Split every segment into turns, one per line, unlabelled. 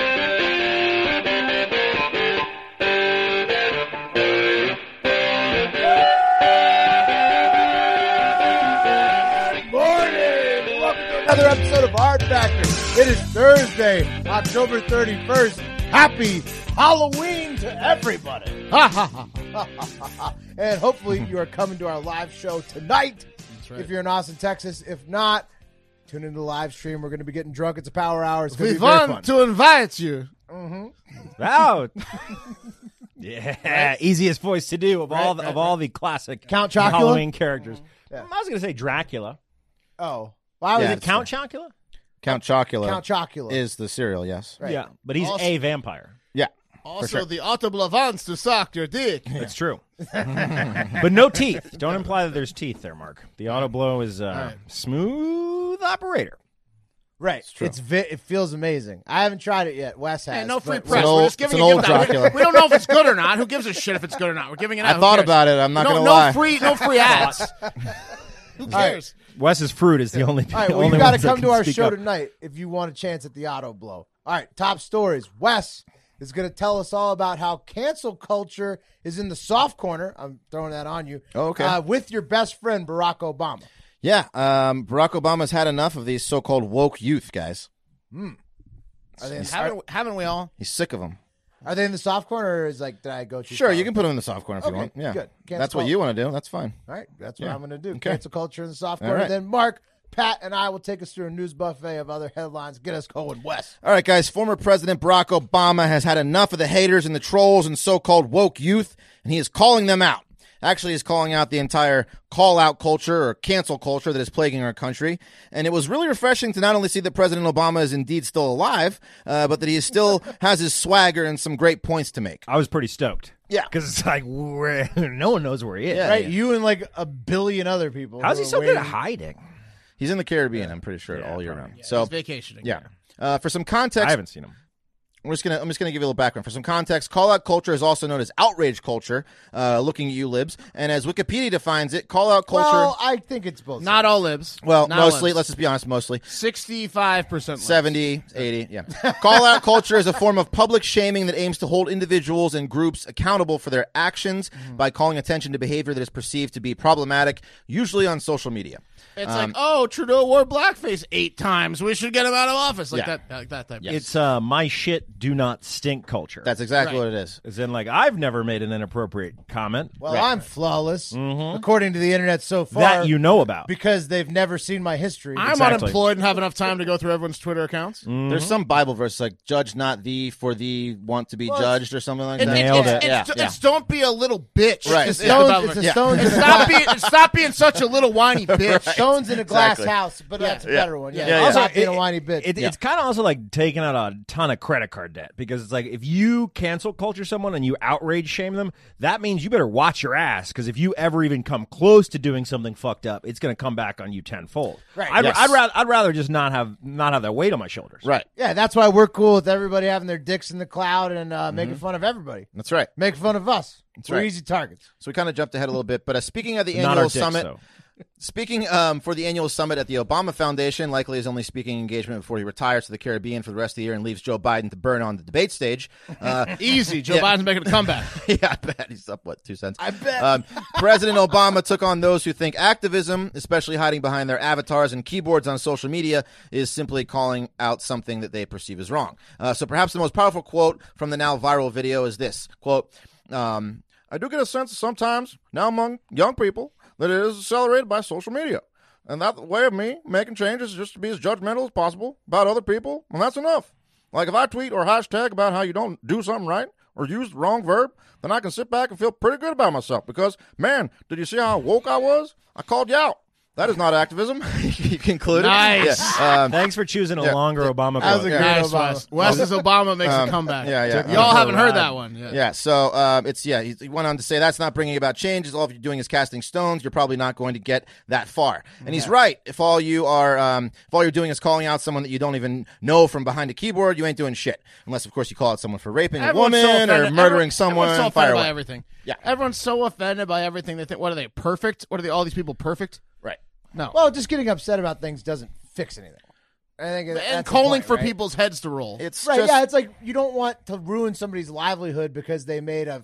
morning. Welcome to another episode of Hard Factor. It is Thursday, October 31st. Happy Halloween to everybody. Ha, ha, ha, ha, ha, ha, ha. and hopefully you are coming to our live show tonight. If you're in Austin, Texas. If not, tune into the live stream. We're going to be getting drunk. It's a power hour. It's going to
We
be very fun.
want to invite you.
Out. yeah, easiest voice to do of all the, of all the classic
Count Chocula?
Halloween characters. I was going to say Dracula.
oh, why was
Is it
Mm-hmm. Yeah,
it
that's
Count Chocula?
Count Chocula,
Count Chocula?
is the cereal, yes.
Right.
Yeah, but he's
Also-
a vampire.
Yeah.
For
Also,
sure.
the autoblavans to suck your dick.
That's true. but no teeth. Don't imply that there's teeth there, Mark. The auto blow is uh, smooth operator.
right. It's, vi- it feels amazing. I haven't tried it yet. Wes has.
Hey, no free
but-
It's
press.
an
We're
old-
just giving
it's an
a
old
gift out.
Dracula.
We don't know if it's good or not. Who gives a shit if it's good or not? We're giving it out.
I
Who
thought
cares?
about it. I'm not
no,
going to
no
lie.
free, no free ads. Who cares?
Wes's fruit is the only.
All right, well,
only
you've got to
ones that
come
can
to our
speak
show
up.
tonight if you want a chance at the auto blow. All right, top stories. Wes is going to tell us all about how cancel culture is in the soft corner. I'm throwing that on you.
Oh, okay.
Uh, with your best friend, Barack Obama.
Yeah, um, Barack Obama's had enough of these so called woke youth guys.
Are they, in, are,
Haven't, haven't we all?
He's sick of them.
are they in the soft corner or is like, did I go too
Sure,
far?
you can put him in the soft corner if
Okay,
you want. Yeah.
good. Cancel
That's what
culture.
you want to do. That's fine.
All right, that's what
Yeah.
I'm going to do.
Okay.
Cancel culture in the soft
All
corner.
right.
Then Mark, Pat, and I will take us through a news buffet of other headlines. Get us going, Wes.
All right, guys. Former President Barack Obama has had enough of the haters and the trolls and so called woke youth, and he is calling them out. Actually, he's calling out the entire call out culture or cancel culture that is plaguing our country. And it was really refreshing to not only see that President Obama is indeed still alive, uh, but that he is still has his swagger and some great points to make.
I was pretty stoked.
Yeah.
because it's like where, no one knows where he is.
Right,
You and like a billion other people.
How's he so good at hiding?
He's in the Caribbean, I'm pretty sure, all year round. So,
He's vacationing.
yeah. Uh, for some
I
context,
haven't seen him.
I'm just gonna I'm just gonna give you a little background for some context. Call out culture is also known as outrage culture. Uh, looking at you, libs, and as Wikipedia defines it, call out culture.
Well, I think it's both.
Not all libs.
well,
Not
mostly.
Libs.
Let's just be honest. Mostly,
Sixty-five percent.
70, 80, yeah. Call out culture is a form of public shaming that aims to hold individuals and groups accountable for their actions
Mm-hmm.
by calling attention to behavior that is perceived to be problematic, usually on social media.
It's like, oh, Trudeau wore blackface eight times. We should get him out of office. Like
Yeah.
that. Like that type.
It's uh, my shit do not stink culture.
That's exactly
Right.
what it is.
As in, like, I've never made an inappropriate comment
Well, I'm flawless, according to the internet so far.
that you know about.
because they've never seen my history.
I'm
Exactly.
unemployed and have enough time to go through everyone's Twitter accounts.
Mm-hmm. There's some Bible verse like "Judge not thee, for thee want to be judged" or something like that.
Nailed
it's,
it.
It's,
Yeah,
it's don't be a little bitch.
Right.
It's
It's
about-
Stones, it's a
Yeah.
stones, in a
Stop
glass,
being stop being such a little whiny bitch.
stones in a glass
Exactly.
house, but that's a better one. Yeah,
Yeah, yeah.
Also,
Also,
being a
it-
whiny bitch.
It, It's kind of also like taking out a ton of credit card debt because it's like if you cancel culture someone and you outrage shame them, that means you better watch your ass because if you ever even come close to doing something fucked up, it's going to come back on you tenfold. Right. I'd,
Yes.
I'd rather I'd rather just not have not have that weight on my shoulders.
Right.
yeah, that's why we're cool with everybody having their dicks in the cloud and uh,
Mm-hmm.
making fun of everybody,
That's right.
making fun of us. we're
right.
easy targets.
So we kind of jumped ahead a little bit, but uh, speaking of the
Not
annual
our dicks,
summit,
though.
speaking um, for the annual summit at the Obama Foundation, likely his only speaking engagement before he retires to the Caribbean for the rest of the year and leaves Joe Biden to burn on the debate stage. Uh,
Easy. Joe Biden's making a comeback.
yeah, I bet he's up what two cents. I
bet.
Um, President Obama took on those who think activism, especially hiding behind their avatars and keyboards on social media, is simply calling out something that they perceive as wrong. Uh, so perhaps the most powerful quote from the now viral video is this quote. Um, I do get a sense sometimes now among young people that it is accelerated by social media. And that way of me making changes is just to be as judgmental as possible about other people, and that's enough. Like if I tweet or hashtag about how you don't do something right or used the wrong verb, then I can sit back and feel pretty good about myself because, man, did you see how woke I was? I called you out. That is not activism. he concluded.
Nice.
Yeah. Um,
Thanks for choosing a
Yeah.
longer Obama
That was
quote.
a great
Nice,
Obama.
Wes. Wes's Obama makes
Um,
a comeback.
yeah, yeah.
Y'all
Um,
haven't heard
ride.
that one. Yeah.
Yeah, so um, it's yeah. He, he went on to say that's not bringing about changes. All you're doing is casting stones. You're probably not going to get that far. And he's right. If all you are, um, if all you're doing is calling out someone that you don't even know from behind a keyboard, you ain't doing shit. Unless, of course, you call out someone for raping
Everyone's
a
so
woman or
offended-
murdering
everyone-
someone.
Everyone's so
fire
offended by
away.
everything.
Yeah.
Everyone's so offended by everything. They think, what are they? Perfect? What are they? All these people perfect?
Right.
No.
Well, just getting upset about things doesn't fix anything. I think
and
that's the
calling
point,
for
right?
people's heads to roll.
It's
Right?
just
yeah, it's like you don't want to ruin somebody's livelihood because they made a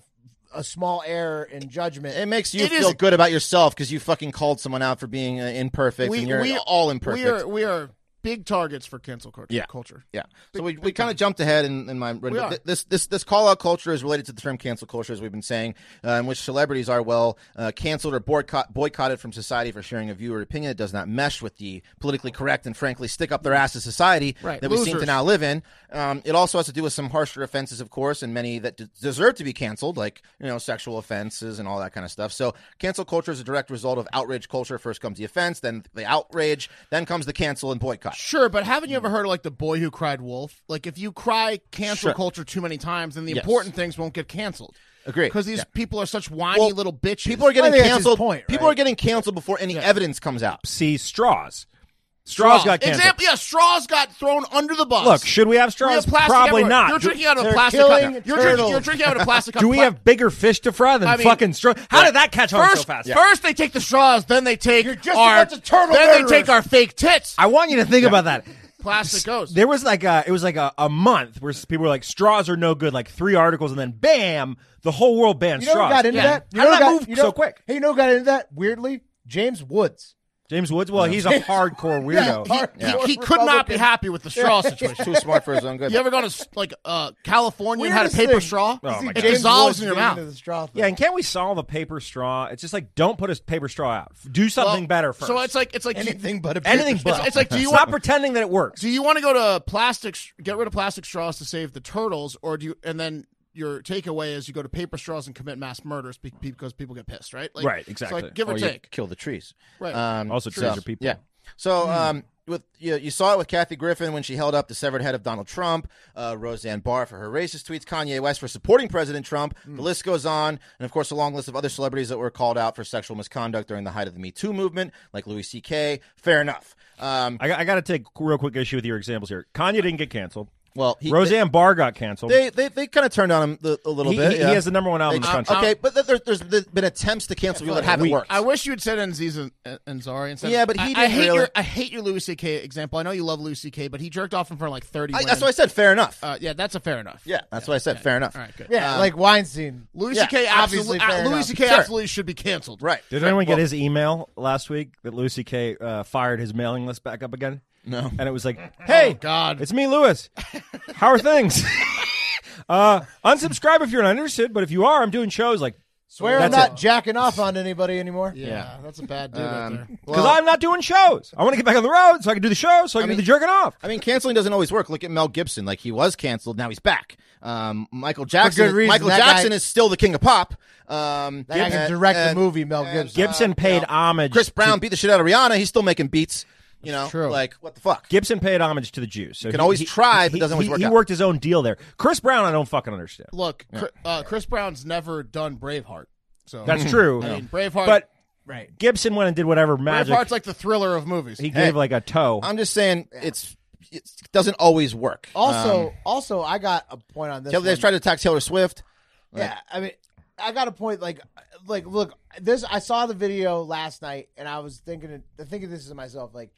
a small error in judgment.
it makes you
It is-
feel good about yourself because you fucking called someone out for being uh, imperfect, and you're all imperfect.
We are, we are big targets for cancel culture.
Yeah.
culture.
Yeah. So we, we kind of jumped ahead in, in my
are.
but this this this call out culture is related to the term cancel culture as we've been saying, uh, in which celebrities are well uh, canceled or boycott boycotted from society for sharing a view or opinion that does not mesh with the politically correct and frankly stick up their ass to society
Mm-hmm. Right.
that we seem to
Losers.
now live in. Um, it also has to do with some harsher offenses, of course, and many that d- deserve to be canceled, like you know sexual offenses and all that kind of stuff. So cancel culture is a direct result of outrage culture. First comes the offense, then the outrage, then comes the cancel and boycott.
Sure, but haven't you ever heard of like the boy who cried wolf? Like if you cry cancel
Sure.
culture too many times, then the
Yes.
important things won't get canceled.
Agree.
Because these
Yeah.
people are such whiny
Well,
little bitches.
People are getting
I think that's his
canceled.
point,
People
right?
are getting canceled before any evidence comes out.
See straws. Straws got canceled.
Example, yeah, straws got thrown under the bus.
Look, should we have
We
straws?
have plastic
Probably
everywhere.
not.
You're
Do-
drinking out of a
they're
plastic
killing-
cup.
killing
You're drinking,
turtles.
you're drinking out of a plastic cup.
Do we
Pla-
have bigger fish to fry than
I mean-
fucking straws? How did that catch on
First,
so fast?
first they take the straws, then they take
just
our
a bunch of turtle
then
murderers.
they take our fake tits.
I want you to think about that.
Plastic goes.
There was like a, it was like a, a month where s- people were like, straws are no good, like three articles, and then bam, the whole world banned
You know who
straws.
got into
Yeah.
that? You
How
know
did
who
that
got-
move
you know-
so quick?
Hey, you know who got into that? Weirdly, James Woods.
James Woods, well, he's a hardcore
Yeah,
weirdo.
hard-
he, he could not be
Republican.
happy with the straw situation.
Too smart for his own good.
You ever gone to s- like uh, California and had a
Weirdest
paper
thing.
straw?
Oh, my
it
God.
James
dissolves
Woods
in your
getting
mouth.
into the straw thing.
yeah, and can't we solve a paper straw? It's just like don't put a paper straw out. F- Do something
Well,
better first.
So it's like it's like
anything but a
anything but.
it's like, do you
stop
want-
pretending that it works?
Do you want to go to plastic? Get rid of plastic straws to save the turtles, or do you? And then your takeaway is you go to paper straws and commit mass murders be- because people get pissed, right? Like,
Right,
it's
exactly.
like, give or,
or you
take.
kill the trees.
Right.
Um,
Also
so-
trees are people.
Yeah. So um, with you, you saw it with Kathy Griffin when she held up the severed head of Donald Trump, uh, Roseanne Barr for her racist tweets, Kanye West for supporting President Trump. The list goes on, and of course a long list of other celebrities that were called out for sexual misconduct during the height of the Me Too movement, like Louis C.K. Fair enough. Um,
I, got- I got to take real quick issue with your examples here. Kanye didn't get canceled.
well, he,
Roseanne Barr got canceled.
They they, they kind of turned on him the, a little
He-
bit.
he- he
yeah.
has the number one album in the
They-
country.
Okay, but there- there's, there's been attempts to cancel people that haven't
weak.
worked.
I wish you had said Nziza and- and Zari instead. of-
Yeah, but he
I, I
didn't
hate
really-
your I hate your Louis C.K. example. I know you love Louis C.K., but he jerked off in front of like thirty.
I-
women.
that's what I said. Fair enough.
Uh, yeah, that's a fair enough.
yeah, that's what I said. Fair enough.
All right. Good.
Yeah, like Weinstein.
Louis
Yeah,
C.K.
obviously
absolutely.
fair
uh, Louis
enough.
C.K.
Sure.
absolutely should be canceled.
Right.
Did
Right.
anyone
Well,
get his email last week that Louis C.K. Uh, fired his mailing list back up again? No. And it was like, hey,
God.
it's me, Louis. How are things? uh, unsubscribe if you're not interested, but if you are, I'm doing shows like
Swear I'm
That's
not
it.
jacking off on anybody anymore.
Yeah, that's a bad dude out there.
because I'm not doing shows. I want to get back on the road so I can do the show, so I can do the jerking off.
I mean, uh, canceling doesn't always work. Look at Mel Gibson. Like he was canceled, now he's back. Um, Michael Jackson.
good reason.
Michael
That
Jackson
guy-
is still the king of pop. Um,
That guy can
and-
direct the
and
movie, Mel Gibson.
Gibson paid homage.
Chris
to-
Brown beat the shit out of Rihanna. He's still making beats. You know,
true.
like what the fuck?
Gibson paid homage to the Jews. So you
can always try, but doesn't always work
He
out.
worked his own deal there. Chris Brown, I don't fucking understand.
Look, Chri- uh, Chris Brown's never done Braveheart, so
That's true.
I mean, Braveheart,
But
Right.
Gibson went and did whatever magic.
Braveheart's like the thriller of movies.
he gave like a toe.
I'm just saying it's it doesn't always work.
Um,
Also, also, I got a point on this.
Taylor, they
one.
tried to attack Taylor Swift.
Yeah, I mean, I got a point. Like, like, look, this. I saw the video last night, and I was thinking, thinking this to myself. Like,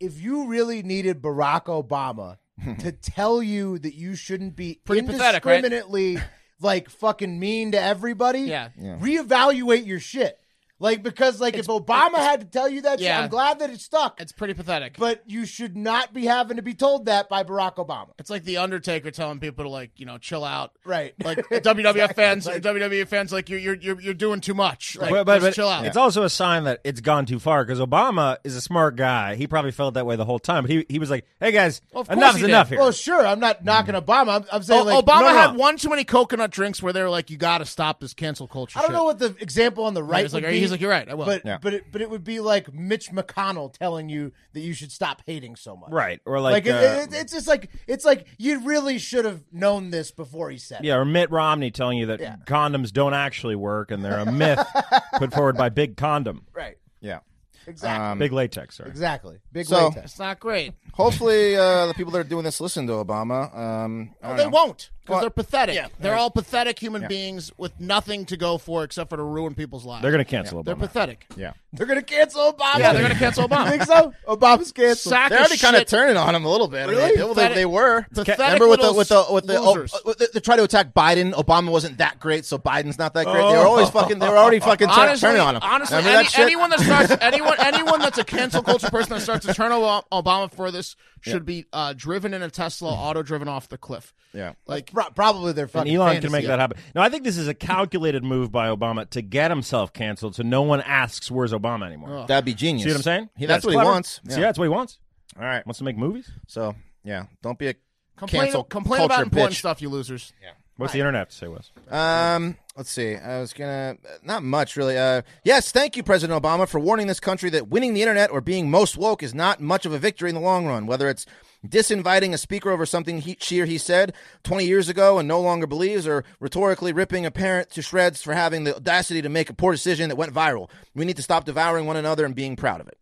if you really needed Barack Obama to tell you that you shouldn't be
Pretty pathetic, right?
indiscriminately, like, fucking mean to everybody,
Yeah.
reevaluate your shit. Like because like if Obama had to tell you that, shit,
Yeah.
I'm glad that it stuck.
It's pretty pathetic.
but you should not be having to be told that by Barack Obama.
it's like the Undertaker telling people to like you know chill out.
Right.
Like WWF fans, WWF fans, like you're you're you're, you're doing too much. Like,
but, but,
just
but
chill out.
it's also a sign that it's gone too far because Obama is a smart guy. He probably felt that way the whole time, but he, he was like, "Hey guys,
Of course
enough
he
is
did.
enough here."
Well, sure, I'm not knocking Obama. I'm, I'm saying
Mm-hmm. O-
like
Obama
no, no,
had
no.
one too many coconut drinks where they were like, "You got to stop this cancel culture."
I don't
shit.
know what the example on the right
he's like,
would be.
he's like, "You're right, I will."
But
Yeah.
but it, but it would be like Mitch McConnell telling you that you should stop hating so much.
right, or
Like,
like,
it-
uh,
it, it's just like it's like you really should have known this before he said. it.
yeah, or Mitt Romney telling you that
Yeah.
condoms don't actually work and they're a myth put forward by Big Condom,
Right.
Yeah.
Exactly.
Um,
Big Latex. Sorry.
exactly. Big
so-
latex.
it's not great.
Hopefully, uh, the people that are doing this listen to Obama. Um, I don't
They
know.
won't because
Well,
they're pathetic. They're all pathetic human beings with nothing to go for except for to ruin people's lives.
They're gonna cancel Obama.
They're pathetic.
Yeah.
They're gonna cancel Obama.
Yeah, they're gonna cancel
You
Obama.
think so? Obama's canceled.
Sack
They're already kind of
shit.
turning on him a little bit. I mean,
Really?
people that
Pathetic-
they were.
pathetic
Remember with the
little
with the with the, oh,
losers.
uh, they try to attack Biden. Obama wasn't that great, so Biden's not that great. They were always fucking. They were already fucking turn,
Honestly,
turning on him.
honestly,
Remember
any-
that shit?
anyone that starts anyone anyone that's a cancel culture person that starts to turn Ob- Obama for this should be uh, driven in a Tesla,
Mm-hmm.
auto driven off the cliff.
Yeah.
like
Pro- probably they're
And
fucking.
Elon
fantasy.
can make that happen. No, I think this is a calculated move by Obama to get himself canceled, so no one asks where's Obama anymore.
That'd be genius.
See what I'm saying?
Oh, He- that's, what
clever.
he wants.
See, yeah, that's what he wants.
All right.
Wants to make movies.
So yeah, don't be a
complain,
cancel
complain
culture
about important
bitch.
stuff, you losers.
What's the internet have to say, Wes?
Um, let's see. I was gonna not much really. Uh, yes, thank you, President Obama, for warning this country that winning the internet or being most woke is not much of a victory in the long run. Whether it's disinviting a speaker over something he, she or he said 20 years ago and no longer believes, or rhetorically ripping a parent to shreds for having the audacity to make a poor decision that went viral, we need to stop devouring one another and being proud of it.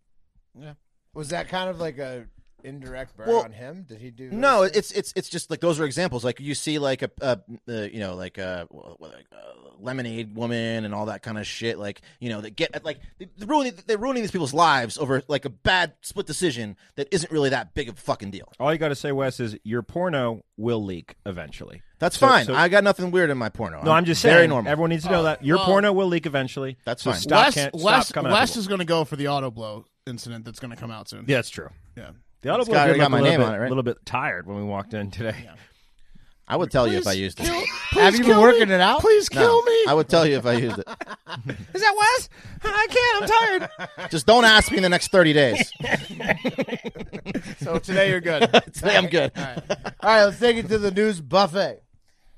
Was that kind of like a indirect burn
Well,
on him? Did he do?
No, it's it's it's just like those are examples. Like you see, like a, a, uh you know, like a, wh- like a lemonade woman and all that kind of shit. Like you know, that get like they- they're ruining they're ruining these people's lives over like a bad split decision that isn't really that big of a fucking deal.
All you got to say, Wes, is your porno will leak eventually.
That's
So-
fine.
so-
I got nothing weird in my porno.
No, I'm just saying.
very normal. Oh,
Everyone needs to know that your porno will leak eventually.
That's
so
fine.
Stop,
Wes,
can't,
Wes,
stop coming
Wes
after
is going to go for the auto blow incident that's going to come out soon.
people. yeah, that's true.
yeah.
The auto
got-
got,
it got
got
my
a little
name
bit,
on it, right?
little bit tired when we walked in today.
I would tell you if I used it.
Have you been working it out?
Please kill me.
I would tell you if I used it.
Is that Wes? I can't. I'm tired.
Just don't ask me in the next 30 days.
Oh,
so today you're good.
Say I'm good.
All right, let's take it to the news buffet.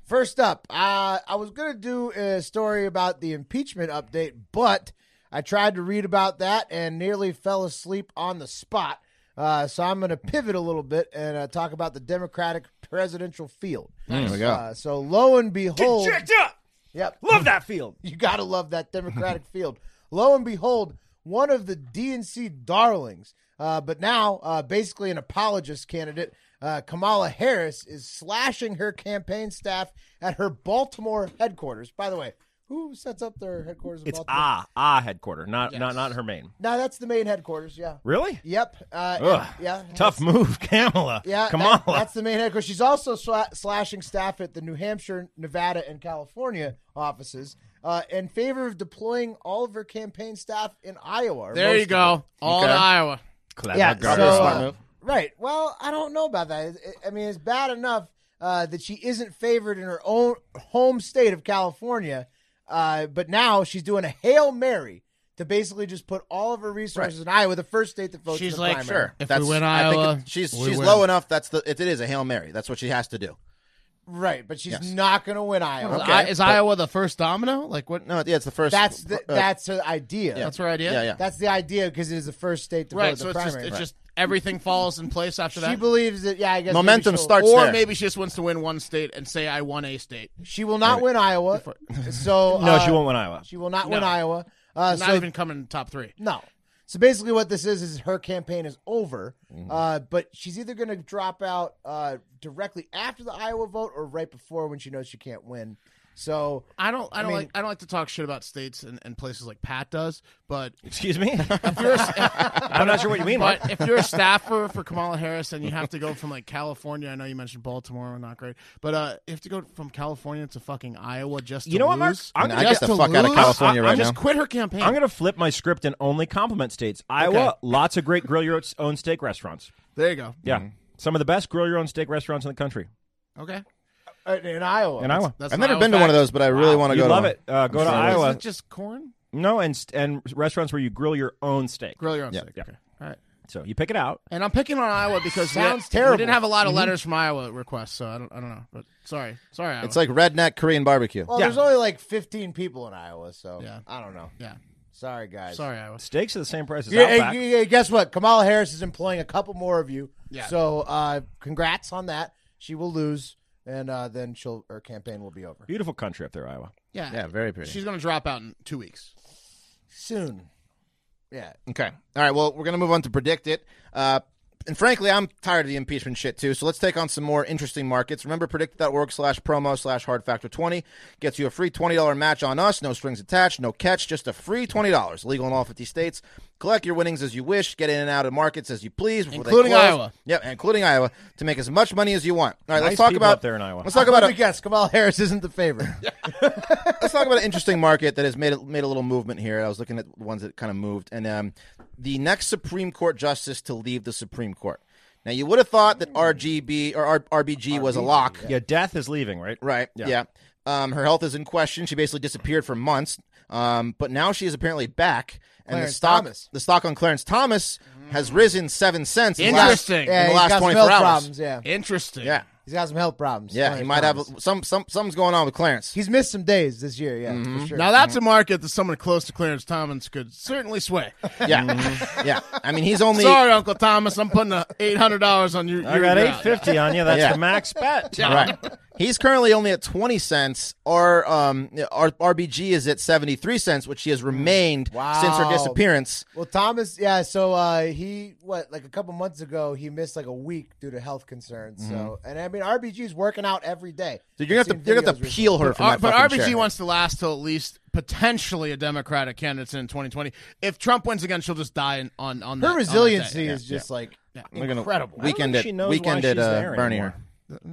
First up, uh, I was going to do a story about the impeachment update, but I tried to read about that and nearly fell asleep on the spot. Uh, so I'm going to pivot a little bit and uh, talk about the Democratic presidential field.
There we go.
Uh, so lo and behold,
up.
yep,
Love that field.
you got to love that Democratic field. Lo and behold, one of the DNC darlings, uh, but now uh, basically an apologist candidate, uh, Kamala Harris, is slashing her campaign staff at her Baltimore headquarters. By the way, who sets up their headquarters in
It's
Baltimore?
ah ah headquarter, not not not her main.
No, that's the main headquarters, yeah.
Really?
Yep. Uh, and-
Ugh.
yeah.
Tough move, Kamala.
Yeah,
Kamala.
that- that's the main headquarters. She's also sla- slashing staff at the New Hampshire, Nevada, and California offices uh, in favor of deploying all of her campaign staff in Iowa. or
there
most
you
of it.
go. Oh, All in
Okay.
Iowa.
Clever
Yeah,
girl.
so,
Smart
uh,
move.
right. Well, I don't know about that. It- I mean, it's bad enough uh, that she isn't favored in her own home state of California, uh, but now she's doing a hail mary to basically just put all of her resources in Iowa, the first state that votes.
She's
in the
like,
primary.
Sure.
If we
That's,
win
I think
Iowa,
it- she's
we
she's
win.
low enough. That's the it, it is a hail mary. That's what she has to do.
right, but she's
Yes.
not going to win Iowa.
Okay,
I- is
but-
Iowa the first domino? Like what?
No, yeah, it's the first.
That's the,
uh,
that's her idea.
That's her idea.
yeah, yeah.
That's the idea because it is the first state to
Right.
vote
So
in
it's
the
just,
primary.
it's just everything falls in place after
she
that.
believes that. Yeah, I guess maybe
Momentum
she'll-
starts
or
there.
maybe she just wants to win one state and say I won a state.
She will not win Iowa. So
no, she
uh,
won't win Iowa.
She will not win
No.
Iowa. Uh,
Not
so
even coming in top three.
no. So basically, what this is is her campaign is over. Uh, but she's either going to drop out uh, directly after the Iowa vote or right before when she knows she can't win. So
I don't. I don't
mean-
like. I don't like to talk shit about states and, and places like Pat does. But
Excuse me.
if you're, a,
I'm not sure what you mean. Mark.
but if you're a staffer for Kamala Harris and you have to go from like California, I know you mentioned Baltimore, not great, but uh, you have to go from California to fucking Iowa just. To
You know what, Mark?
lose,
I'm
Nah,
gonna-
just
get
to
the fuck out of
lose?
California
I-
right
I'm just
now.
quit her campaign.
I'm gonna flip my script and only compliment states. Iowa,
Okay.
lots of great grill your own steak restaurants.
there you go.
Yeah, some of the best grill your own steak restaurants in the country.
Okay,
uh, in Iowa,
In Iowa,
that's
I've
an
never
Iowa
been to one of
fact.
those, but I really want to
you
go. to
love
one.
it. Uh, go to
sure it
Is
Iowa.
it just corn?
No, and st- and restaurants where you grill your own steak.
Grill your own
Yeah.
steak.
Yeah.
Okay. All right.
So you pick it out.
And I'm picking on Iowa because
Sounds
we,
terrible.
we didn't have a lot of letters from Iowa requests, so I don't, I don't know. But sorry, sorry, Iowa.
It's like redneck Korean barbecue.
Well,
Yeah.
there's only like 15 people in Iowa, so
Yeah.
I don't know.
yeah,
Sorry, guys.
sorry, Iowa.
Steaks are the same price as
Yeah,
Outback.
and- yeah, guess what? Kamala Harris is employing a couple more of you.
Yeah.
So, uh, congrats on that. She will lose, and uh, then she'll her campaign will be over
Beautiful country up there, Iowa.
Yeah,
Yeah, very pretty.
She's gonna drop out in two weeks.
soon. Yeah.
Okay. All right. Well, we're going to move on to predict it. Uh, and frankly, I'm tired of the impeachment shit too. So let's take on some more interesting markets. Remember, predict.org slash promo slash hard factor 20 gets you a free $20 match on us. No strings attached, no catch, just a free $20. Legal in all 50 states. Collect your winnings as you wish. Get in and out of markets as you please. Before
Including
they close.
Iowa.
Yep, including Iowa to make as much money as you want. All right,
Nice
let's talk
people
about
up there in Iowa.
Let's talk
Uh, Let
about
me guess. Kamala Harris isn't the favorite.
let's talk about an interesting market that has made a, made a little movement here. I was looking at ones that kind of moved, and um, the next Supreme Court justice to leave the Supreme Court. Now, you would have thought that RGB or R- RBG was a lock,
Yeah, death is leaving, right?
right?
Yeah.
Yeah. Um, her health is in question. She basically disappeared for months, um, but now she is apparently back. And
Clarence
the stock,
Thomas. Mm.
the stock on Clarence Thomas has risen seven cents. in the last-
Interesting.
In
Yeah,
the
he's
last,
got some
twenty four
health
hours.
problems. Yeah,
Interesting.
Yeah,
he's got some health problems.
yeah. He
Clarence
might have
Thomas.
some some something's going on with Clarence.
He's missed some days this year. Yeah,
Mm-hmm.
for sure.
Now that's a market that someone close to Clarence Thomas could certainly sway.
Yeah, yeah. I mean, he's only
Sorry, Uncle Thomas, I'm putting a eight hundred dollars on you.
I got eight fifty on you. That's
Yeah.
the max bet.
right. He's currently only at 20 cents. Our um our RBG is at 73 cents, which she
Mm.
has remained
Wow.
since her disappearance.
Well, Thomas, yeah. So uh, he what like a couple months ago he missed like a week due to health concerns. So and I mean RBG's working out every day.
Mm-hmm. So you're gonna have to you're gonna have to peel her from
Uh,
that
but
fucking
RBG
chair.
wants to last till at least potentially a Democratic candidate in 2020. If Trump wins again, she'll just die in, on on that-
Her
on that day.
resiliency is just like
We're gonna-
incredible.
Weekend
I don't think
at
she knows why
weekend at
she's
uh,
there
Bernie.
anymore.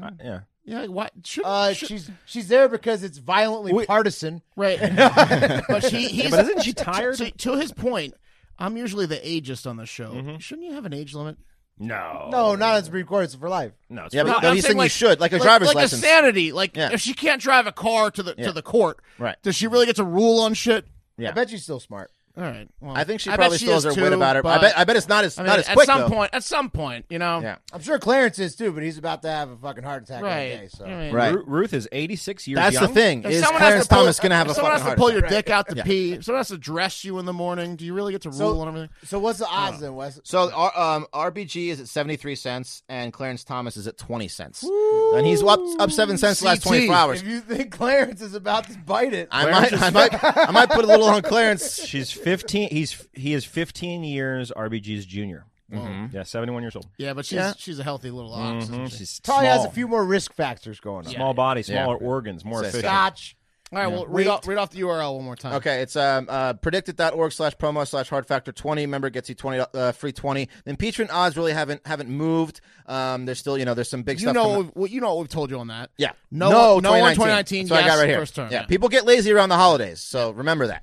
Uh, yeah.
Yeah, why? Should,
Uh,
should-
she's she's there because it's violently partisan.
right. but she, he's,
but isn't she tired?
To, to his point, I'm usually the ageist on the show.
Mm-hmm.
Shouldn't you have an age limit?
No.
No, not on Supreme Court. It's for life.
No. It's
Yeah,
for-
but- no,
I'm
he's
saying
saying you should, like a driver's
like
license.
A sanity, like
Yeah.
if she can't drive a car to the
Yeah.
to the court,
Right.
Does she really get to rule on shit?
Yeah.
I bet she's still smart.
All right. Well,
I think she
bet
probably still
is
has her wit
too,
about her. I
but-
bet I bet it's not as
I mean,
not as
at
quick
some
though.
point, at some point, you know.
Yeah.
I'm sure Clarence is too, but he's about to have a fucking heart attack
Right.
any day. So
I mean,
Right.
Ru- Ruth is eighty six years.
That's the
young.
thing.
If
Is
someone
Clarence
has to pull,
Thomas gonna have
if
a
someone
fucking
has
heart
to pull
attack?
your dick out to pee. If someone has to dress you in the morning. Do you really get to rule
So-
on everything?
so what's the odds then, Wes?
So our, um, RBG is at 73 cents and Clarence Thomas is at 20 cents. And he's up up 7 cents the last 24 hours.
If you think Clarence is about to bite it,
I might, I might I might put a little on Clarence.
She's fifteen. He's he is fifteen years RBG's junior.
Mm-hmm.
Mm-hmm. Yeah, seventy one years old.
Yeah, but she's she's a healthy little ox. isn't she?
She's
probably
small,
has a few more risk factors going on.
small body, smaller
Yeah.
organs, more
That's it.
efficient.
Scotch.
All right, well, read off, read off the URL one more time.
Okay, it's um, uh, predictit.org slash promo slash hard factor 20. Member gets you 20, uh, free 20. The impeachment odds really haven't haven't moved. Um, there's still, you know, there's some big
You
stuff.
know,
coming-
what we've- well, you know what we've told you on that.
yeah.
No, one- no one 2019.
That's what
yes,
I got right here.
First term.
yeah. people get lazy around the holidays, so remember that.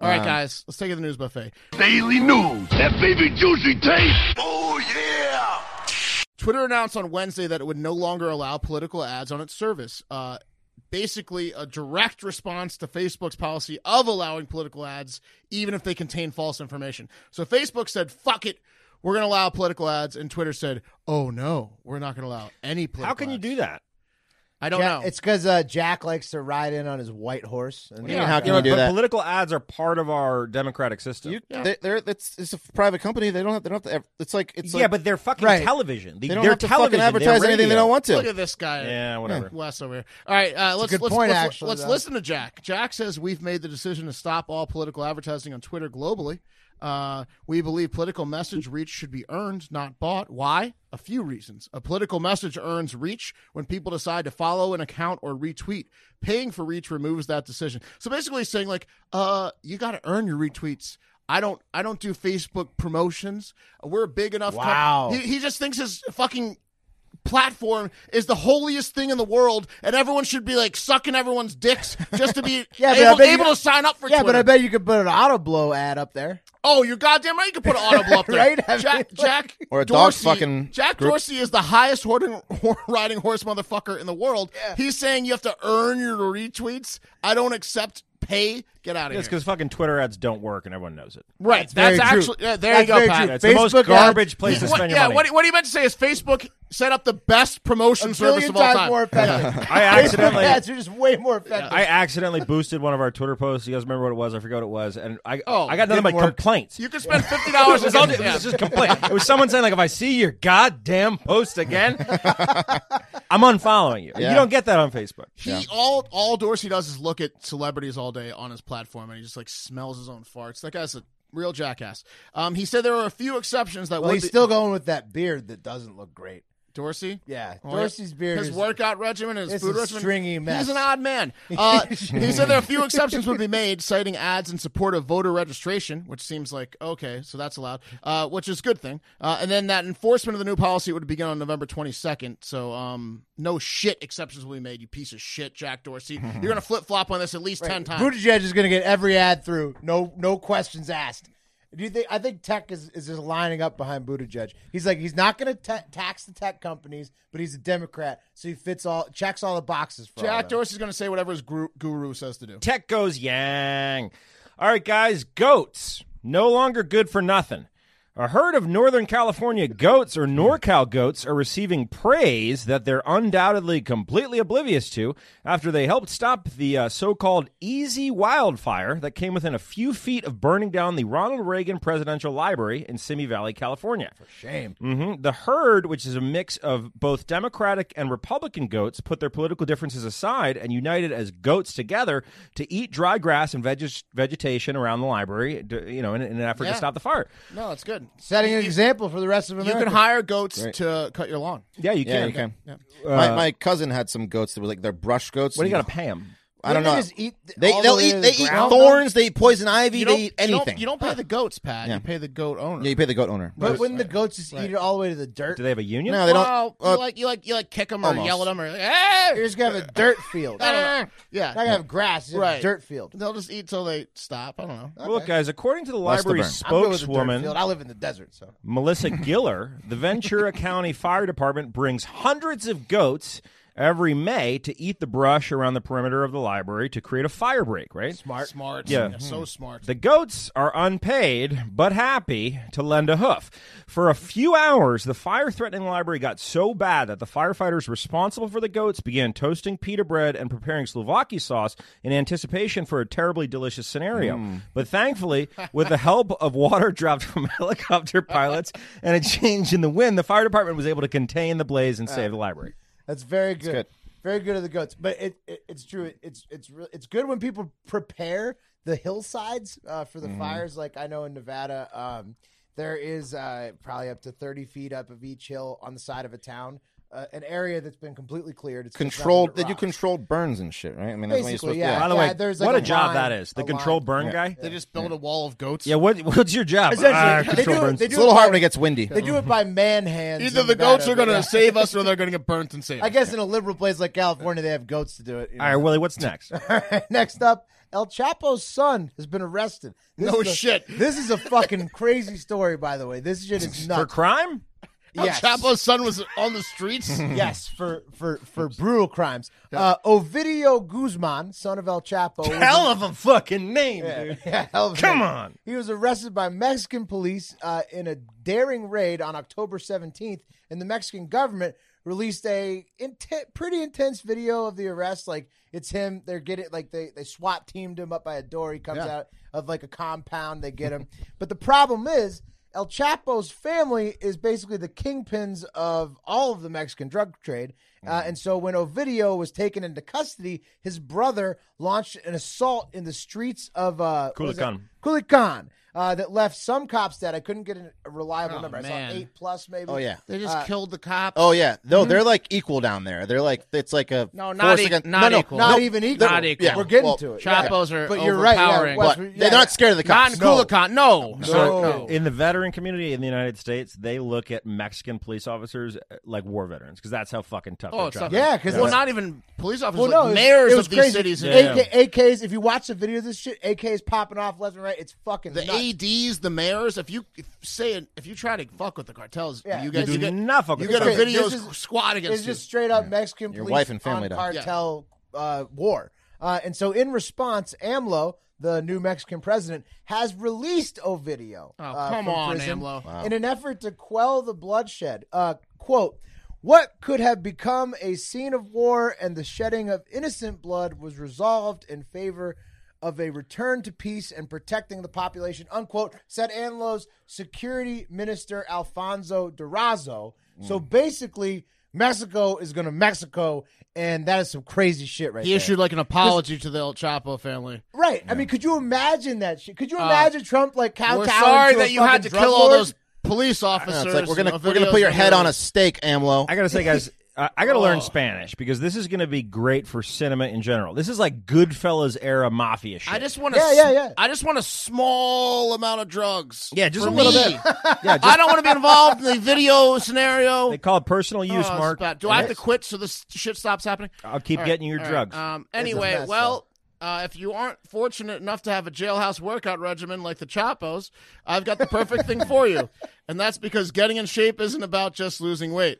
All
um,
right, guys, let's take it to the news buffet.
Daily news. That baby juicy tape. Oh, yeah.
Twitter announced on Wednesday that it would no longer allow political ads on its service. Uh, basically, a direct response to Facebook's policy of allowing political ads, even if they contain false information. So Facebook said, fuck it. We're going to allow political ads. And Twitter said, oh, no, we're not going to allow any political
How can you
ads."
do that?
I don't
Yeah,
know.
it's because uh, Jack likes to ride in on his white horse. And
mean, how can you
but,
do
but
that?
Political ads are part of our democratic system.
You, they're, they're, it's, it's a private company. They don't have, they don't have to, ev- it's like, it's
yeah,
like,
but they're fucking
Right.
television. The,
they don't
they're
have to fucking
television.
advertise
they're
anything they
radio.
don't want to.
Look at this guy. Hmm.
Yeah, whatever.
Wes over here. All right, uh, let's
good
let's,
point,
let's,
actually,
let's
though.
listen to Jack. Jack says we've made the decision to stop all political advertising on Twitter globally. Uh, we believe political message reach should be earned, not bought. Why? A few reasons. A political message earns reach when people decide to follow an account or retweet. Paying for reach removes that decision. So basically, he's saying like, uh, you got to earn your retweets. I don't. I don't do Facebook promotions. We're a big enough. comp-
Wow.
he, he just thinks his fucking platform is the holiest thing in the world, and everyone should be like sucking everyone's dicks just to be
Yeah, but I
able,
bet you
able
got-
to sign up for
Yeah, but
Twitter.
I bet you could put an auto blow ad up there.
oh, you're goddamn right. You can put an auto blow up there,
Right? I mean,
Jack,
like-
Jack
Or a dog
Dorsey,
fucking
Jack
group.
Dorsey is the highest hoarding, riding horse motherfucker in the world. He's saying you have to earn your retweets. I don't accept pay. Get out of
It's
here.
because fucking Twitter ads don't work and everyone knows it.
Right.
very
That's,
true.
actually yeah, there
That's
you go,
very
Pat.
true.
It's the most
Facebook ads-
garbage place to
What-
spend your
yeah,
money.
what, what he meant to say is Facebook set up the best promotion
A
service
billion
of all
times
time.
more effective.
I
Facebook
accidentally
ads are just way more effective.
I accidentally boosted one of our Twitter posts. You guys remember what it was? I forgot what it was, and I
Oh,
I got none of my
didn't work.
complaints. Oh,
You can spend fifty dollars.
It was, all- it was just complaint. It was someone saying like, if I see your goddamn post again, I'm unfollowing you. You don't get that on Facebook.
He all all Dorsey does is look at celebrities all day on his platform, and he just like smells his own farts. That guy's a real jackass. Um, he said there are a few exceptions that
well,
would
he's
be-
still going with that beard that doesn't look great.
Dorsey.
Yeah,
Well,
Dorsey's beard
Oh, his
is-
workout regimen, and his
it's
food
a
regimen.
stringy mess.
He's an odd man. Uh, he said there are a few exceptions would be made, citing ads in support of voter registration, which seems like okay, so that's allowed, uh, which is a good thing. Uh, and then that enforcement of the new policy would begin on November 22nd. So um, no shit exceptions will be made. You piece of shit, Jack Dorsey. You're gonna flip flop on this at least ten times.
Buttigieg is going to get every ad through, no no questions asked. Do you think? I think tech is, is just lining up behind Buttigieg. He's like he's not going to ta tax the tech companies, but he's a Democrat, so he fits all checks all the boxes. For all
Jack
that.
Dorsey's going to say whatever his guru, guru says to do.
Tech goes yang. All right, guys, goats no longer good for nothing. A herd of Northern California goats or NorCal goats are receiving praise that they're undoubtedly completely oblivious to after they helped stop the uh, so called easy wildfire that came within a few feet of burning down the Ronald Reagan Presidential Library in Simi Valley, California. hmm The herd, which is a mix of both Democratic and Republican goats, put their political differences aside and united as goats together to eat dry grass and veg- vegetation around the library, d- you know, in, in an effort
Yeah.
to stop the fire.
No, that's good.
setting an example for the rest of
You
America.
can hire goats to cut your lawn.
Yeah, you
Yeah,
can.
you can. my, my cousin had some goats that were like they're brush goats.
What do you
and-
got to pay them?
I don't
They
know.
just eat th-
They
all
they'll
the way to the
eat they eat
ground,
thorns. They eat poison ivy.
You
They
don't,
eat
you don't-
anything.
You don't, pay the goats, Pat. You pay the goat owner.
Yeah, you pay the goat owner.
but wouldn't the goats just eat it all the way to the dirt?
Do they have a union?
No, they don't.
Well,
uh,
you like you like you like kick them or
almost.
yell at them or like, hey!
You're just gonna have a dirt field.
I don't know. Yeah,
Not gonna have grass, just
Right.
right. dirt field.
they'll just eat till they stop. I don't know.
Well, Look, guys, according to the
Less to
library
burn.
I'm good with a dirt
spokeswoman,
field. I live in the desert, so
Melissa Giller, the Ventura County Fire Department brings hundreds of goats every May to eat the brush around the perimeter of the library to create a fire break, right?
Smart, smart.
Yeah.
so smart.
The goats are unpaid, but happy to lend a hoof. For a few hours, the fire threatening library got so bad that the firefighters responsible for the goats began toasting pita bread and preparing Slovakia sauce in anticipation for a terribly delicious scenario. But thankfully, with the help of water dropped from helicopter pilots and a change in the wind, the fire department was able to contain the blaze and save the library.
That's very good.
good.
Very good of the goats, but it, it it's true. It, it's it's re- it's good when people prepare the hillsides uh, for the fires. Like I know in Nevada, um, there is uh, probably up to thirty feet up of each hill on the side of a town, uh, an area that's been completely cleared. It's just nothing
controlled.
but
They do
rocks.
controlled burns and shit, right? I mean, that's what you're
Basically,
supposed
yeah.
By
to.
the way,
there's like
what a,
a
job
line-
that is. The
a
control
line.
burn guy?
They just build a wall of goats.
Yeah, what, what's your job? Ah,
Essentially, they
control
do, it-
burns.
they do
It's a little
it by,
hard when it gets windy.
They do it by man hands.
Either
in
the goats
Nevada,
are going to
but, yeah.
save us, or they're going to get burnt and saved.
I guess in a liberal place like California, they have goats to do it. you know.
All right, Willie, what's next?
Next up, El Chapo's son has been arrested. This
No
is a-
shit.
This is a fucking crazy story, by the way. This shit is
For
nuts.
crime?
El
yes.
Chapo's son was on the streets.
Yes, for for for brutal crimes. Uh, Ovidio Guzman, son of El Chapo, was
Hell of a fucking name, dude.
Yeah, hell of a
Come
name.
on.
He was arrested by Mexican police uh, in a daring raid on October 17th, and the Mexican government released a inten- pretty intense video of the arrest. Like it's him. They're getting like they they SWAT teamed him up by a door. He comes out of like a compound. They get him. but the problem is. El Chapo's family is basically the kingpins of all of the Mexican drug trade, Uh, and so when Ovidio was taken into custody, his brother launched an assault in the streets of uh, what was it?
Culiacan.
Culiacan, uh, that left some cops dead. I couldn't get a a reliable
Oh,
number. I
man.
saw eight plus, maybe.
Oh, yeah.
They just
Uh,
killed the cop.
Oh yeah, no, they're like equal down there. They're like it's like a
No, not
force
e-
against-
not
no, no,
equal.
no,
Not even equal.
they're-
Not equal.
yeah,
We're getting
well,
to it. yeah.
Chapos are
But you're right. Yeah,
overpowering.
West-
But they're not scared of the
Not
cops.
in Culiacan. No. No.
No.
no.
In the veteran community in the United States, they look at Mexican police officers uh, like war veterans because that's how fucking tough.
Oh,
their
it's
job
not-
is.
Yeah, 'cause
well,
it's-
not even police officers,
Well, no,
like
it was-
mayors
it was
of these
crazy.
cities. and
Yeah.
shit.
AK, AKs. If you watch the video of this shit, AKs popping off left and right. It's fucking
The
nuts.
ads, the mayors. If you if, say it- if you try to fuck with the cartels,
Yeah.
you
You
get
do
you get,
not fuck
you
with
get
the
a
cartels.
video
This is-
squad against
It's
you.
just straight up Mexican
Your
police
wife and family
on
dog.
cartel uh, war. Uh, and so, in response, AMLO, the new Mexican president, has released Ovidio.
Oh,
uh,
come
from
on,
prison
AMLO.
In an effort to quell the bloodshed. Uh, quote, what could have become a scene of war and the shedding of innocent blood was resolved in favor of a return to peace and protecting the population, unquote, said AMLO's security minister, Alfonso Durazo. So basically, Mexico is going to Mexico, and that is some crazy shit right
He
there.
issued like an apology to the El Chapo family.
right. I mean, could you imagine that shit? Could you imagine Trump, like, kowtowing
Uh, We're sorry
to a
that you had
fucking
to
drug
kill all
lord?
those police
No,
officers.
it's like we're gonna
and
we're gonna
videos
put your
and
head on a
videos.
stake, Amlo.
I gotta say, guys, I, I gotta
Oh.
learn Spanish because this is gonna be great for cinema in general. This is like Goodfellas era mafia shit.
I just want a
Yeah,
s-
yeah, yeah.
I just want a small amount of drugs.
Yeah, just
for
a little
me.
bit.
I don't want to be involved in the video scenario.
they call it personal
Oh,
use,
it's
Mark.
bad. Do I have to quit so this shit stops happening?
I'll keep
All right,
getting your
all right.
drugs.
Um, anyway,
mess,
well, uh, if you aren't fortunate enough to have a jailhouse workout regimen like the Chapos, I've got the perfect thing for you. And that's because getting in shape isn't about just losing weight.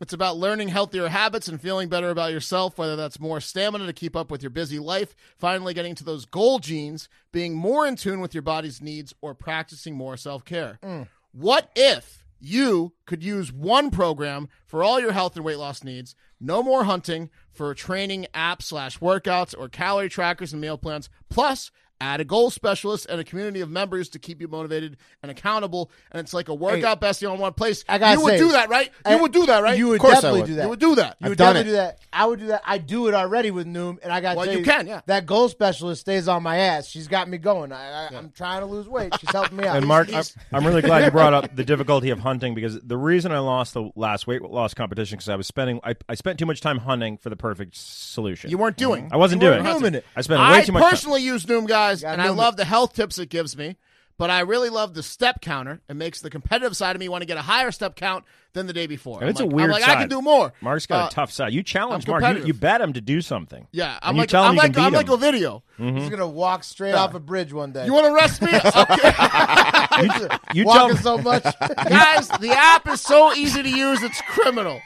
It's about learning healthier habits and feeling better about yourself, whether that's more stamina to keep up with your busy life, finally getting to those goal genes, being more in tune with your body's needs, or practicing more self care. What if you could use one program for all your health and weight loss needs? No more hunting for training apps slash workouts or calorie trackers and meal plans. Plus, add a goal specialist and a community of members to keep you motivated and accountable. And it's like a workout bestie on one place.
I gotta
you would
say- eh,
do that, right? You
I-
would do that, right?
You would
course I
definitely
would.
do that.
You would do that.
You would
done
definitely
it.
do that. I would do that. I do it already with Noom, and I got.
Well,
to
you
tell
can, yeah.
That goal specialist stays on my ass. She's got me going. I, I, I'm trying to lose weight. She's helping me out.
And Mark, I'm, I'm really glad you brought up the difficulty of hunting because the reason I lost the last weight loss competition because I was spending I, I spent too much time hunting for the perfect solution.
You weren't doing.
I wasn't
You
doing.
weren't
it.
doing it.
I spent way too much.
I
time.
personally use Noom, guys,
Yeah,
and I
Noom.
love the health tips it gives me, but I really love the step counter. It makes the competitive side of me want to get a higher step count than the day before.
And it's
I'm
a
like,
weird
I'm like, I
side.
can do more.
Mark's got
Uh,
a tough side. You challenge
I'm
Mark. You,
competitive.
you bet him to do something.
Yeah, I'm
And
like,
you tell him
I'm
you
like,
can beat
I'm like
him. Mm.
a video.
uh, mm-hmm.
She's gonna walk straight off a bridge one day.
You want to arrest me? Okay.
You tell
Walking so much.
Guys, the app is so easy to use, it's criminal.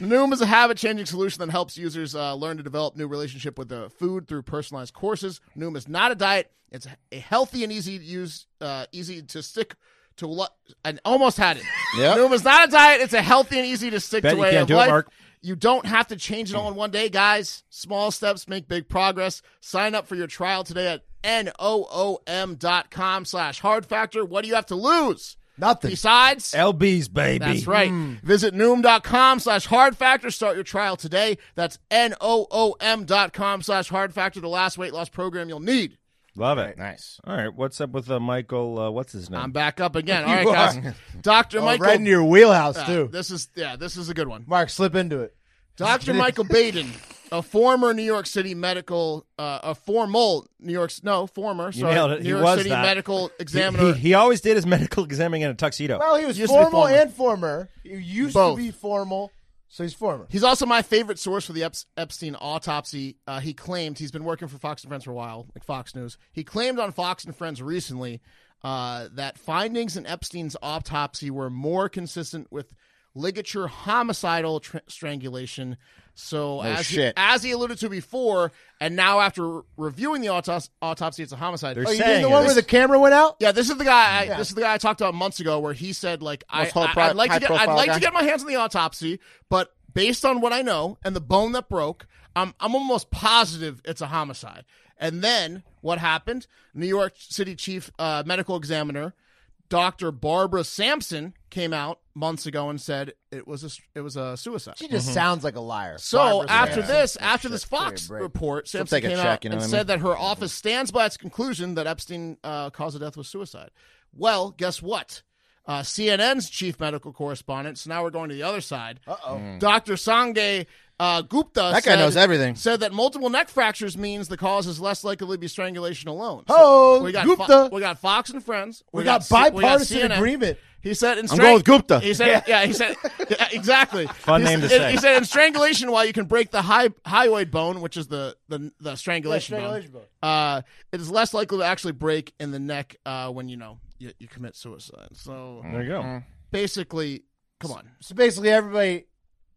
Noom is a habit-changing solution that helps users uh, learn to develop new relationship with the food through personalized courses. Noom is not a diet; it's a healthy and easy to use, uh, easy to stick to. Lo- I almost had it.
Yep.
Noom is not a diet; it's a healthy and easy to stick
Bet
to
you
way
can't
of
do it,
life.
Mark.
You don't have to change it
Hmm.
all in one day, guys. Small steps make big progress. Sign up for your trial today at noom.com slash hard factor. What do you have to lose?
Nothing. Hmm.
Besides,
LB's baby.
that's right. Visit noom.com slash hard factor. Start your trial today. That's N O O M dot com slash hard factor, the last weight loss program you'll need.
Love it.
Nice.
All right, what's up with uh, Michael? Uh, what's his name?
I'm back up again. All right, guys. Dr. Michael.
right into your wheelhouse
Yeah,
Oh, too.
This is yeah, this is a good one.
Mark, slip into it.
Dr. Michael Baden, a former New York City medical, uh, a formal New York, no, former,
You
sorry,
nailed it.
New
He
York
was
City
that.
medical
He-
examiner.
He, he always did his medical examining in a tuxedo.
Well, he was
Used to be
formal
former.
and former. He used
Both.
to be formal, so he's former.
He's also my favorite source for the Ep- Epstein autopsy. Uh, he claimed he's been working for Fox and Friends for a while, like Fox News. He claimed on Fox and Friends recently uh, that findings in Epstein's autopsy were more consistent with ligature homicidal tr- strangulation. So, as,
shit.
He, as he alluded to before, and now after reviewing the autos- autopsy, it's a homicide.
They're
Oh, you mean
saying
the one
it.
where the camera went out?
Yeah, this is the guy. I, This is the guy I talked about months ago, where he said like I,
Most high
I
pri-
I'd like to get I'd
high-profile
like
guy.
to get my hands on the autopsy, but based on what I know and the bone that broke, I'm I'm almost positive it's a homicide. And then what happened? New York City Chief uh, Medical Examiner Dr. Barbara Sampson came out months ago and said it was a it was a suicide.
She just sounds like a liar.
So
Barbara
after
Streisand.
this, after this
shit, give me a
Fox
break.
report,
She'll
Sampson
take a
came
check,
out
you know
and
what I
said that her office stands by its conclusion that Epstein uh, cause of death was suicide. Well, guess what? Uh, CNN's chief medical correspondent. So now we're going to the other side. Uh oh. Dr. Sanjay uh, Gupta.
Hmm. That guy
said-
knows everything.
Said that multiple neck fractures means the cause is less likely to be strangulation alone.
Oh,
we got
Gupta.
Fo- we got Fox and Friends.
we, got,
C- we got
bipartisan
CNN.
agreement.
He said, in
I'm going with Gupta.
He said, yeah, he said, yeah, exactly.
Fun
He
name
said-
to say.
He said, in strangulation, while you can break the high, hyoid bone, which is the, the, the strangulation,
Yeah, strangulation bone.
Uh, it is less likely to actually break in the neck uh, when you know you, you commit suicide. So
There you go.
mm-hmm.
basically, come on.
So basically, everybody,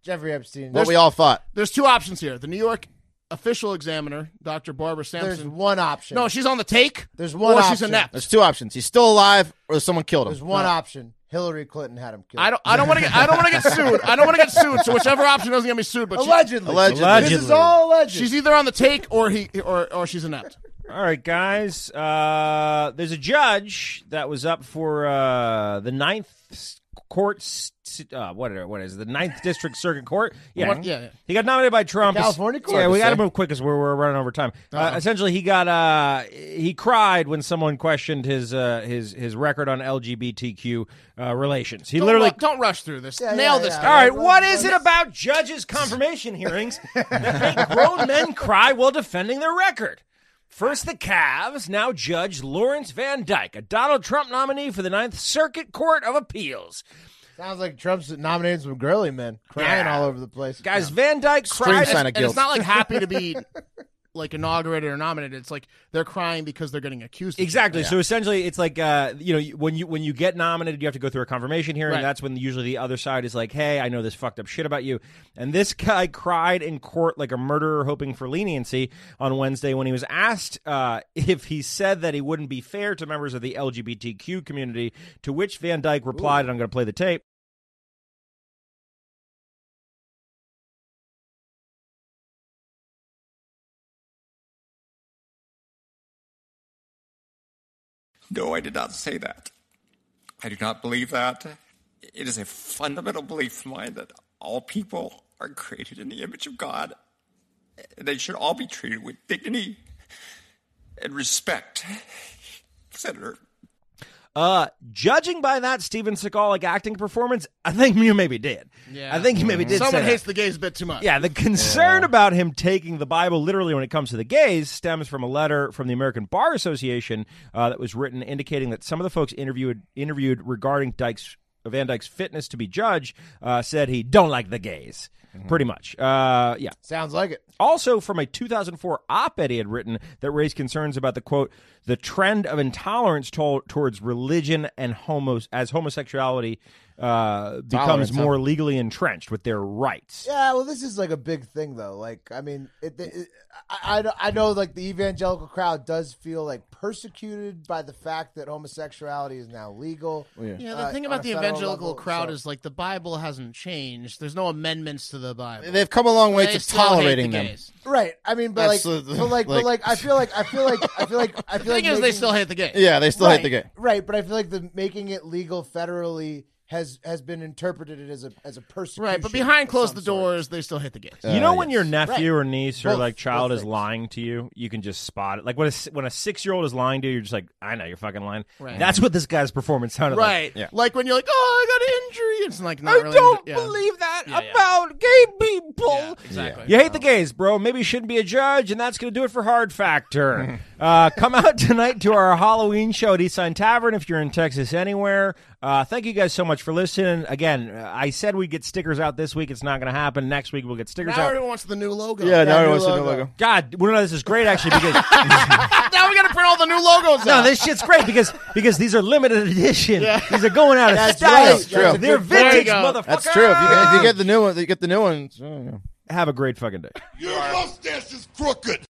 Jeffrey Epstein.
What
There's,
we all thought.
There's two options here. The New York official examiner, Dr. Barbara
there's
Sampson.
one option.
No, she's on the take.
There's one
Or she's
option.
inept.
There's two options. He's still alive or someone killed him.
there's one option. Hillary Clinton had him killed.
I don't. I don't want to get. I don't want to get sued. I don't want to get sued. So whichever option doesn't get me sued, but she-
allegedly.
Allegedly.
This is all alleged.
she's e- either on the take or he or or she's inept.
All right, guys. Uh, there's a judge that was up for uh, the ninth s- court. s- s- Uh, what, are- what is it? the ninth district circuit court? Yeah.
What- yeah, yeah.
He got nominated by Trump.
The California court?
Yeah,
Hard
we
to
got to
say.
move quick because we're, we're running over time. uh essentially, he got uh, he cried when someone questioned his uh, his his record on LGBTQ uh, relations. He
Don't
literally
ru- don't rush through this.
Yeah,
Nail
yeah,
this.
yeah.
all right,
Run,
what
run.
is it about judges' confirmation hearings that make grown men cry while defending their record? First the Cavs, now Judge Lawrence Van Dyke, a Donald Trump nominee for the Ninth Circuit Court of Appeals.
Sounds like Trump's nominated some girly men crying
Yeah.
all over the place.
Guys, Van Dyke
Scream
cried.
sign of
And
guilt.
it's not like happy to be like inaugurated or nominated. It's like they're crying because they're getting accused. of
Exactly. So essentially, it's like uh, you know you- when you when you get nominated, you have to go through a confirmation hearing.
Right.
That's when usually the other side is like, "Hey, I know this fucked up shit about you." And this guy cried in court like a murderer, hoping for leniency on Wednesday when he was asked uh, if he said that he wouldn't be fair to members of the LGBTQ community. To which Van Dyke replied, and "I'm going to play the tape."
No, I did not say that. I do not believe that. It is a fundamental belief of mine that all people are created in the image of God. and They should all be treated with dignity and respect. Senator,
Uh, judging by that Steven Seagal acting performance, I think you maybe did.
Yeah.
I think you maybe did. say
Someone
that.
hates the gays a bit too much.
Yeah, the concern about him taking the Bible literally when it comes to the gays stems from a letter from the American Bar Association uh, that was written indicating that some of the folks interviewed interviewed regarding Dyke's uh, Van Dyke's fitness to be judge uh, said he don't like the gays.
Mm-hmm.
Pretty much, uh, yeah.
Sounds like it.
Also, from a 2004 op-ed he had written that raised concerns about the quote the trend of intolerance to- towards religion and homos as homosexuality uh, becomes
Tolerance, huh?
more legally entrenched with their rights.
Yeah, well, this is like a big thing, though. Like, I mean, it, it, I, I know- I know, like, the evangelical crowd does feel like persecuted by the fact that homosexuality is now legal.
Yeah, the
uh,
thing
on
about
a
the
federal
evangelical
level,
crowd
so-
is like the Bible hasn't changed. There's no amendments to the Bible.
They've come a long way
They
to
still hate the
tolerating them.
gays.
right. I mean, but like,
Absolutely.
but like, but
Like-
like, I feel like, I feel like, I feel like, I feel
The
like
thing is, they
making-
still hate the gays.
Yeah, they still
right,
hate the game.
right. But I feel like the making it legal federally has has been interpreted as a as a persecution.
Right, but behind
of
closed
some
the
sort.
doors, they still hate the gays.
You know when your nephew or niece or
Uh, Both-
like child
both
is
things.
lying to you, you can just spot it. Like when a s- when a six year old is lying to you, you're just like, I know you're fucking lying.
Right.
That's what this guy's performance sounded
Right,
Yeah.
like when you're like, "Oh, I got an injury." It's like, not
like.
really,
I don't
yeah.
believe that
Yeah, yeah.
about gay people.
Yeah, exactly.
You hate the gays, bro. Maybe you shouldn't be a judge, and that's going to do it for Hard Factor. uh, come out tonight to our Halloween show at Eastside Tavern if you're in Texas anywhere. Uh, thank you guys so much for listening. Again, uh, I said we'd get stickers out this week. It's not going to happen. Next week we'll get stickers
Now
out.
everyone wants the new logo.
Yeah, now
new
it was the new
logo.
logo.
God, well, no, this is great actually because.
now we got to print all the new logos.
No,
out.
this shit's great because because these are limited edition. These are going out of
right.
style.
That's true.
They're
There you
vintage,
go.
motherfucker.
That's true. If you, get, if you get the new one, you get the new one.
Have a great fucking day.
Your mustache is crooked.